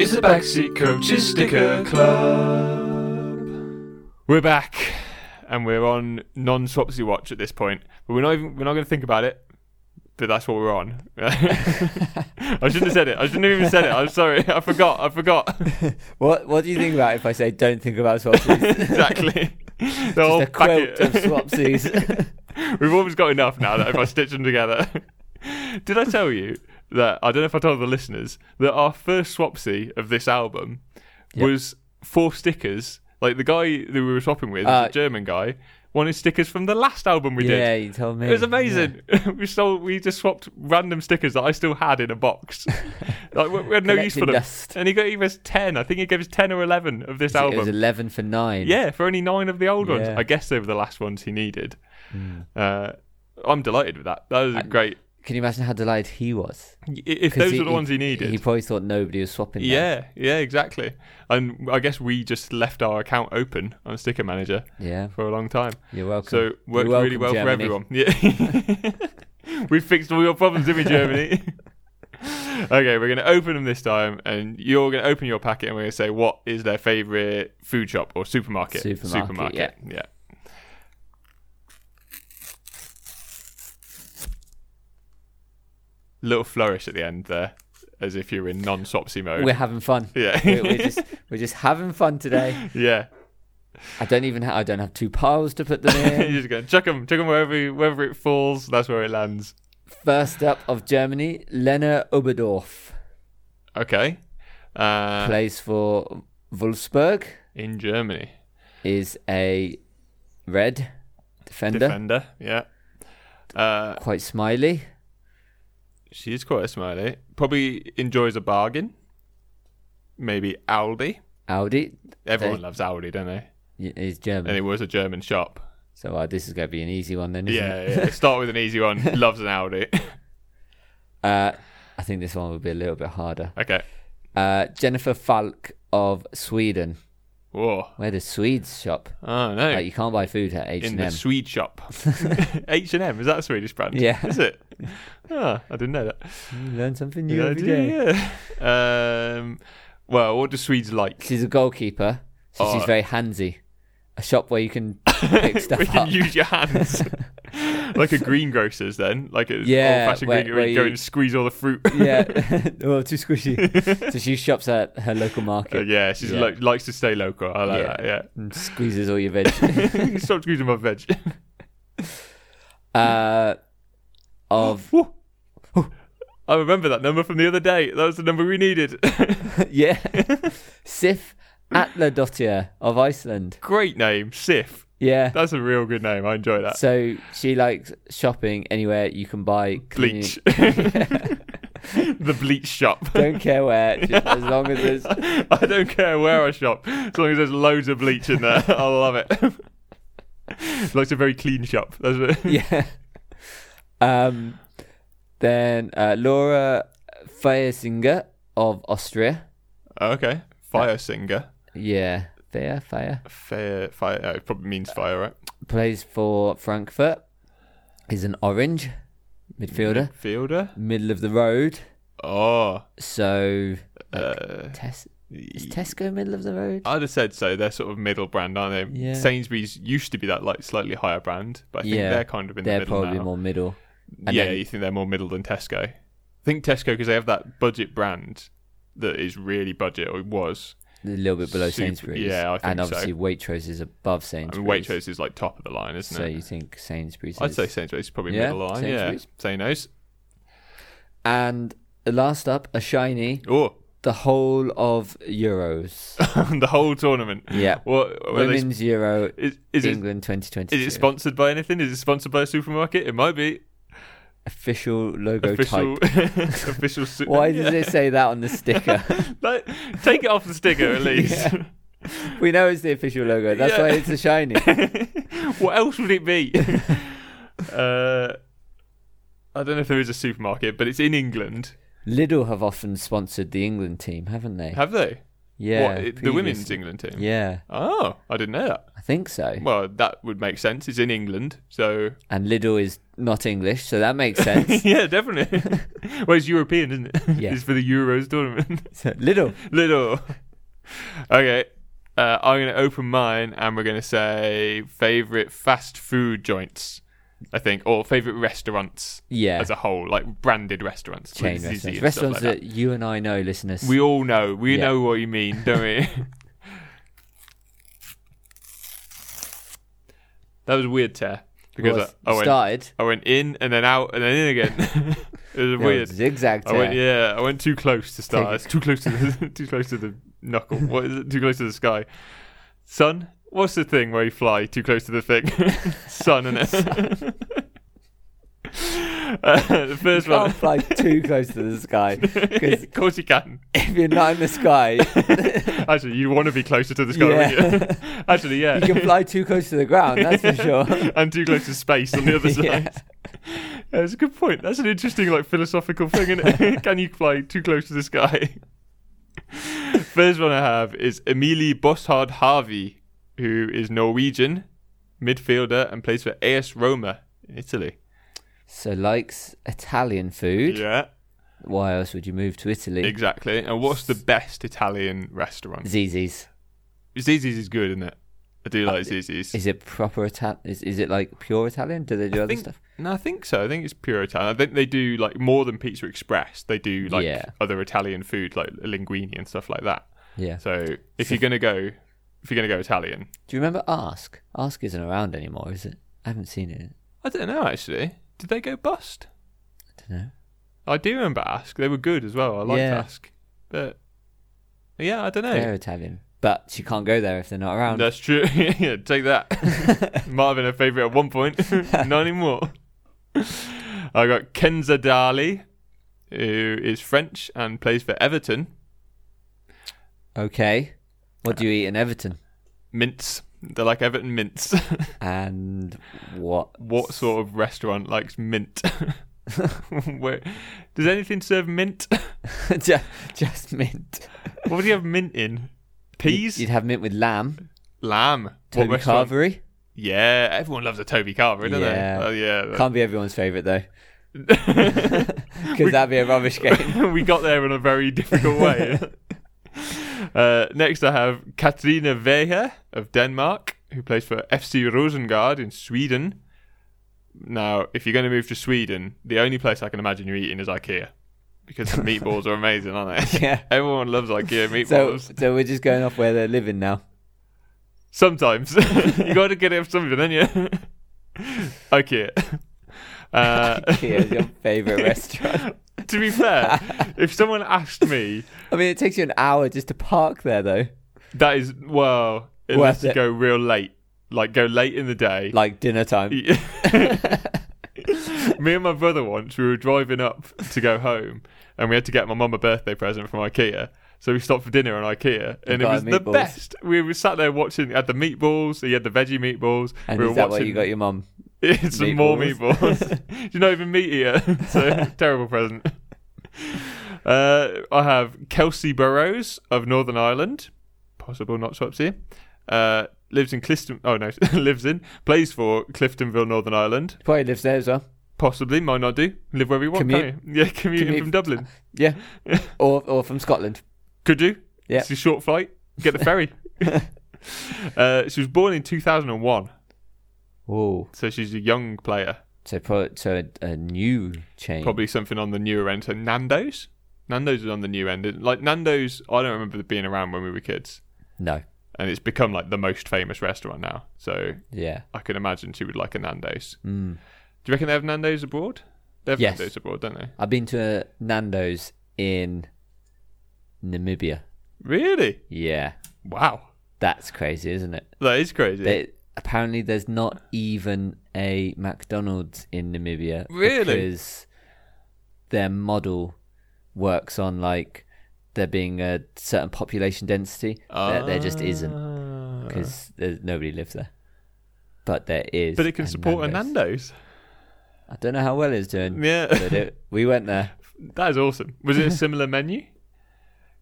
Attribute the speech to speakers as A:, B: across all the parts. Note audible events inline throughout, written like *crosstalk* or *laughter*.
A: It's the Backseat Coaches Sticker Club.
B: We're back, and we're on non-swapsy watch at this point. But we're not even we're not going to think about it. But that's what we're on. *laughs* I shouldn't have said it. I shouldn't have even said it. I'm sorry. *laughs* I forgot. I forgot.
C: What What do you think about if I say don't think about swapsies?
B: exactly. The whole
C: Just a quilt
B: packet-
C: of swapsies.
B: *laughs* We've always got enough now that if I stitch them together. *laughs* Did I tell you that I don't know if I told the listeners that our first swapsy of this album
C: Yep.
B: was four stickers. Like the guy that we were swapping with,
C: Uh,
B: the German guy, wanted stickers from the last album *laughs* we
C: yeah,
B: did.
C: you told me.
B: It was amazing. *laughs* we sold, we just swapped random stickers that I still had in a box.
C: *laughs*
B: like we, we had no use for
C: Collecting
B: them.
C: dust.
B: And he got he was ten. I think he gave us ten or eleven of this
C: Yeah.
B: album.
C: It was eleven for nine.
B: Yeah, for only nine of the old ones.
C: Yeah.
B: I guess they were the last ones he needed. Uh, I'm delighted with that. That was a
C: And-
B: great.
C: Hmm. Can you imagine how delighted he was?
B: i- If
C: 'Cause
B: those were the ones he needed.
C: He probably thought nobody was swapping. them.
B: yeah, yeah, exactly. And I guess we just left our account open on Sticker Manager
C: Yeah.
B: for a long time.
C: You're welcome.
B: So worked
C: welcome,
B: really well for
C: Germany.
B: everyone. Yeah. *laughs* we fixed all your problems, didn't we, Germany? *laughs* okay, we're going to open them this time, and you're going to open your packet, and we're going to say what is their favourite food shop or supermarket.
C: Supermarket,
B: Yeah. yeah. Little flourish at the end there, as if you're in non-sopsy mode.
C: we're having fun.
B: Yeah.
C: *laughs* we're, we're just we're just having fun today.
B: *laughs* yeah. *laughs*
C: I don't even ha- I don't have two piles to put them
B: you *laughs*
C: in.
B: just go chuck them, chuck them wherever, wherever it falls. That's where it lands.
C: First up of Germany, Lena Oberdorf
B: Okay. Uh,
C: plays for Wolfsburg.
B: in Germany.
C: Is a red defender,
B: Defender, yeah. Uh,
C: quite smiley.
B: she is quite a smiley. Probably enjoys a bargain. Maybe Aldi.
C: Audi
B: Everyone
C: They-
B: loves Aldi, don't they?
C: y- is
B: And
C: German.
B: it was a German shop.
C: So uh, this is going to be an easy one then. Isn't
B: Yeah,
C: It?
B: yeah. Start with an easy
C: *laughs*
B: one. Loves an Aldi.
C: Uh, I think this one will be a little bit harder.
B: Okay.
C: Uh, Jennifer Falk of Sweden.
B: Whoa.
C: Where the Swedes shop?
B: Oh no.
C: Like H&M. you can't buy food at H
B: in
C: and
B: the
C: M.
B: Swede
C: *laughs*
B: shop. H and M is that a Swedish brand?
C: Yeah.
B: Is it? Ah, I didn't know that.
C: Learn something
B: Yeah,
C: new
B: I
C: every
B: do,
C: day.
B: yeah. Um. Well, what do Swedes like?
C: She's a goalkeeper, so
B: Oh.
C: she's very handsy. A shop where
B: *laughs*
C: you can pick stuff
B: we can
C: up.
B: use your hands. like a greengrocer's then. Like an
C: Yeah,
B: old fashioned
C: where-
B: greengrocer. where
C: where
B: You go
C: you-
B: and squeeze all the
C: *laughs*
B: fruit.
C: *laughs* yeah, oh,
B: *laughs*
C: too squishy. so she shops at her local
B: Uh,
C: market
B: yeah, she
C: Yeah.
B: likes to stay local. I like
C: Yeah.
B: that,
C: and squeezes all your veg.
B: *laughs* yeah. Stop squeezing my veg.
C: uh, *laughs* of
B: Woo. I remember that number from the other day. That was the number we needed. *laughs*
C: yeah, *laughs* Sif Atladottir of Iceland.
B: Great name, Sif.
C: Yeah.
B: That's a real good name. I enjoy that.
C: So she likes shopping anywhere you can buy clean- *laughs*
B: Bleach. *laughs* the bleach shop. *laughs*
C: Don't care where, just as long as there's
B: I don't care where I shop, as long as there's loads of bleach in there. *laughs* I love it. Looks a very clean shop. That's what,
C: *laughs* yeah. Um, then uh, Laura Feiersinger of Austria.
B: Oh, Okay. Fire singer.
C: Yeah, Feier, Feier.
B: Fire, fire. Oh, it probably means fire, right?
C: Plays for Frankfurt. Is an orange midfielder,
B: Fielder.
C: middle of the road.
B: Oh.
C: So
B: Uh,
C: Tes- is Tesco middle of the road?
B: I'd have said so. They're sort of middle brand, aren't they?
C: Yeah.
B: Sainsbury's used to be that like slightly higher brand, but I think
C: Yeah.
B: they're kind of in
C: They're
B: the middle
C: probably
B: now.
C: more middle. and
B: yeah,
C: then-
B: you think they're more middle than Tesco? I think Tesco because they have that budget brand that is really budget, or it was.
C: A little bit below
B: Super-
C: Sainsbury's.
B: yeah, I think
C: and
B: so.
C: obviously Waitrose is above
B: I
C: Sainsbury's.
B: mean, Waitrose is like top of the line, isn't
C: So
B: it?
C: you think Sainsbury's?
B: I'd
C: is-
B: say Sainsbury's is probably
C: Yeah,
B: middle line.
C: Sainsbury's.
B: Yeah, Sainsbury's.
C: And last up, a shiny.
B: Oh, *laughs*
C: The whole of Euros.
B: the whole tournament.
C: Yeah.
B: What were they,
C: Women's Euro
B: is, is it
C: England 2022.
B: Is it sponsored by anything? Is it sponsored by a supermarket? It might be
C: official logo
B: official.
C: type? *laughs*
B: official. *laughs* Su-
C: Why
B: Yeah.
C: does it say that
B: *laughs*
C: on the sticker? *laughs*
B: Like, take it off the sticker at least. *laughs*
C: we know it's the official logo. That's
B: Yeah.
C: why it's
B: *laughs*
C: a shiny.
B: what else would it
C: *laughs*
B: be? uh, I don't know if there is a supermarket, but it's in England.
C: Lidl have often sponsored the England team, haven't they?
B: Have they?
C: yeah.
B: What, it- the
C: previously.
B: women's England team.
C: Yeah,
B: Oh, I didn't know that.
C: I think so.
B: Well, that would make sense. It's in England, so *laughs*
C: and Lidl is not English, so that makes sense.
B: yeah,
C: *laughs*
B: definitely. well, it's European, isn't it?
C: Yeah.
B: it's for the Euros tournament.
C: So, Little.
B: Little. Okay. Uh, I'm going to open mine and we're going to say favorite fast food joints, I think, or favorite restaurants
C: Yeah.
B: as a whole, like branded restaurants. with
C: Chain
B: ZZ and
C: restaurants.
B: stuff
C: Restaurants
B: like that.
C: that you and I know, listeners.
B: We all know. We
C: Yeah.
B: know what you mean, don't
C: *laughs*
B: we? that was a weird tear because
C: Well,
B: I, I went
C: started.
B: I went in and then out and then in again. *laughs* it was
C: no,
B: weird.
C: Zigzag
B: I went
C: tear.
B: yeah. I went too close to
C: Take-
B: start. It's too close to the *laughs* too close to the knuckle.
C: *laughs*
B: What is it? Too close to the sky. Sun. What's the thing where you fly too close to the thing? *laughs* Sun and it.
C: *laughs*
B: uh, the first
C: You
B: one. *laughs*
C: can't fly too close to the sky. Because
B: of course you can.
C: if you're not in the sky,
B: *laughs*
C: *laughs*
B: Actually, you want to be closer to the sky. wouldn't you? *laughs* Actually, yeah.
C: *laughs* you can fly too close to the ground, that's
B: *laughs*
C: for sure.
B: and too close to space on the other side.
C: *laughs* Yeah.
B: Yeah, that's a good point. That's an interesting, like, philosophical thing. Isn't it? Can you fly too close to the sky? *laughs* First one I have is Emilie Bossard Harvey, who is Norwegian midfielder and plays for AS Roma in Italy.
C: So likes Italian food.
B: Yeah,
C: Why else would you move to Italy?
B: exactly. And what's the best Italian restaurant?
C: Zizis.
B: Zizi's is good, isn't it? I do like Zizi's.
C: Is it proper Italian? Is, is it like pure Italian? Do they do
B: I
C: other
B: think-
C: stuff?
B: No, I think so. I think it's pure Italian. I think they do like more than Pizza Express. They do like
C: Yeah.
B: other Italian food, like linguine and stuff like that.
C: Yeah.
B: So if you're gonna go, if you're gonna go Italian,
C: Do you remember Ask? Ask isn't around anymore, is it? I haven't seen it.
B: I don't know actually. Did they go bust?
C: I don't know.
B: I do remember Ask. They were good as well. I liked
C: Yeah.
B: Ask, but yeah, I don't know.
C: They're Italian, but you can't go there if they're not around.
B: That's true. *laughs* yeah, take that.
C: *laughs*
B: Might have been a favourite at one point. *laughs* Not anymore. I got Kenza Dali, who is French and plays for Everton.
C: Okay. What do you eat in Everton?
B: mints. They're like Everton mints. *laughs*
C: And what? *laughs*
B: what sort of restaurant likes mint? *laughs* Where, does anything serve mint?
C: Ju- Just mint.
B: What would you have mint in? Peas?
C: You'd have mint with lamb.
B: Lamb.
C: Toby
B: restaurant?
C: Carvery.
B: Yeah, everyone loves a Toby Carver, don't
C: Yeah.
B: they? Oh, yeah.
C: Can't be everyone's favourite though. Because that'd be
B: *laughs*
C: a rubbish
B: *laughs*
C: game. *laughs*
B: we got there in a very difficult way. uh, next, I have Katrina Veja of Denmark, who plays for FC Rosengard in Sweden. Now, if you're going to move to Sweden, the only place I can imagine you eating is IKEA because the meatballs are amazing,
C: *laughs*
B: aren't they?
C: Yeah.
B: Everyone loves IKEA
C: So,
B: meatballs.
C: so we're just going off where they're living now.
B: Sometimes *laughs* you got to get it from something, then you. *laughs*
C: *laughs*
B: IKEA. Uh, *laughs*
C: Here's your favourite restaurant.
B: to be fair, if someone asked me
C: *laughs* I mean, it takes you an hour just to park there though.
B: That is well,
C: Worth
B: unless you
C: it.
B: go real late, like go late in the day.
C: Like *laughs* dinner time.
B: *laughs* Me and my brother once we were driving up to go home, and we had to get my mum a birthday present from IKEA. So we stopped for dinner in IKEA, and it
C: got
B: was
C: her
B: the
C: meatballs.
B: best. We were sat there watching. Had the meatballs. He had the veggie meatballs.
C: And
B: we were
C: is that
B: watching
C: where you got your mum?
B: some more
C: meatballs? *laughs*
B: meatballs. *laughs* You're not even meat eater, so terrible present. Uh, I have Kelsey Burrows of Northern Ireland, possible not Swapsy. Uh, lives in Clifton. Oh no, *laughs* lives in plays for Cliftonville, Northern Ireland.
C: Probably lives there as well.
B: Possibly might not do. Live where we want.
C: Commute.
B: can't you? *laughs* Yeah, commuting
C: Commute.
B: from Dublin.
C: Yeah. or or from Scotland.
B: Could do.
C: Yeah.
B: It's a short flight. Get the
C: *laughs*
B: ferry. *laughs* uh, she was born in 2001,
C: Oh.
B: so she's a young player.
C: So pro- so a, a new chain.
B: probably something on the newer end. So Nando's, Nando's is on the new end. It- Like Nando's, I don't remember being around when we were kids,
C: No.
B: and it's become like the most famous restaurant now. So
C: Yeah.
B: I can imagine she would like a Nando's.
C: Mm.
B: Do you reckon they have Nando's abroad? They have
C: Yes.
B: Nando's abroad, don't they?
C: I've been to Nando's in Namibia.
B: Really?
C: Yeah.
B: Wow,
C: That's crazy, isn't it?
B: that is crazy.
C: They, apparently, there's not even a McDonald's in Namibia.
B: Really?
C: Because their model works on like there being a certain population density. There, there just isn't
B: Ah.
C: because nobody lives there. But there is.
B: But it can support a Nando's.
C: I don't know how well it's
B: *laughs*
C: doing.
B: Yeah,
C: But it, we went there.
B: that is awesome. Was it a similar menu?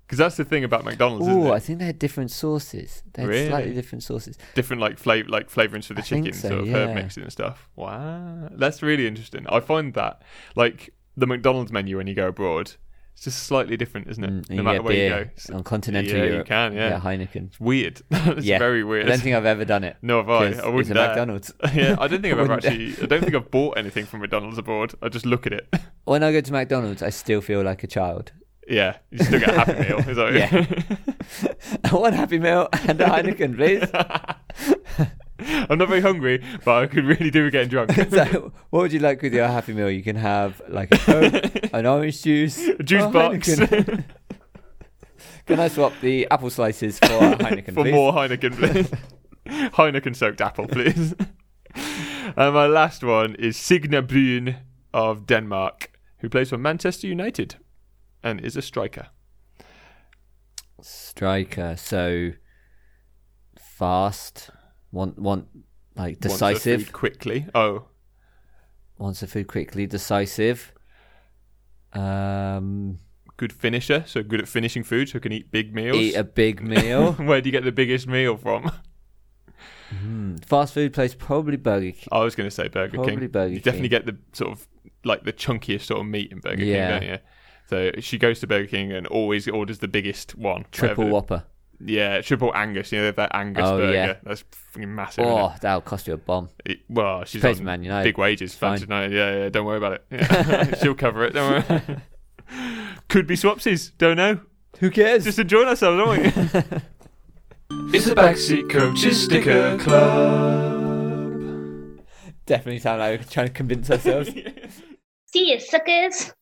B: Because that's the thing about McDonald's, isn't
C: Oh,
B: it?
C: I think they had different sauces. They had
B: Really?
C: slightly different sauces.
B: Different like flavor, like flavorings for the
C: I think
B: chicken,
C: so,
B: sort of herb
C: yeah.
B: mixing and stuff. Wow, that's really interesting. I find that like the McDonald's menu when you go abroad, it's just slightly different, isn't it?
C: Mm, and
B: no
C: you
B: matter
C: get
B: where
C: beer
B: you go, it's
C: on continental
B: Yeah, you
C: Europe.
B: can, yeah.
C: Heineken.
B: weird. *laughs* it's
C: yeah,
B: very weird. *laughs*
C: I don't think I've ever done it.
B: no, have Oh, I?
C: 'cause
B: I wouldn't
C: it's a
B: dare.
C: McDonald's.
B: *laughs* yeah, I don't
C: *laughs*
B: think I've ever
C: Wouldn't dare.
B: actually. I don't think I've bought anything from McDonald's abroad. I just look at it. *laughs*
C: When I go to McDonald's, I still feel like a child.
B: Yeah, you still get a Happy Meal. Is that
C: *laughs* One Happy Meal and a
B: *laughs*
C: Heineken, please.
B: *laughs* I'm not very hungry, but I could really do with getting
C: *laughs*
B: drunk.
C: so, what would you like with your Happy Meal? You can have like
B: *laughs*
C: a Coke, an orange juice,
B: A juice
C: or a
B: box. *laughs*
C: Heineken. can I swap the apple slices
B: *laughs*
C: for a Heineken,
B: for
C: please?
B: more
C: *laughs*
B: Heineken, please. Heineken soaked apple, please. *laughs* and my last one is Signe Brun of Denmark, who plays for Manchester United and is a striker.
C: Striker, so fast, want want like
B: Wants her
C: decisive.
B: food quickly. Oh,
C: wants the food quickly, decisive. Um,
B: good finisher, so good at finishing food, so can eat big meals.
C: eat a big meal.
B: *laughs* Where do you get the biggest meal from? *laughs*
C: Fast food place probably Burger King.
B: I was going to say Burger King.
C: Probably Burger
B: you definitely
C: King.
B: get the sort of like the chunkiest sort of meat in Burger
C: Yeah.
B: King, don't you? So she goes to Burger King and always orders the biggest one.
C: Triple
B: whatever the-
C: Whopper.
B: Yeah, triple Angus. You know they have that Angus
C: Oh,
B: burger.
C: yeah.
B: That's fucking massive. isn't
C: Oh, that'll cost you a bomb.
B: it? It- well, she's
C: Plays
B: on
C: Man United.
B: big wages.
C: fine.
B: Fancy United. Yeah, yeah. Don't worry about it. Yeah.
C: *laughs*
B: She'll cover it. *laughs* Don't worry. Could be swapsies. Don't
C: *laughs*
B: know.
C: Who cares? *laughs*
B: Just enjoying ourselves, aren't we?
A: It's the Backseat Coaches Sticker Club.
B: *laughs*
C: Definitely sound like we're trying to convince ourselves.
D: See you, suckers.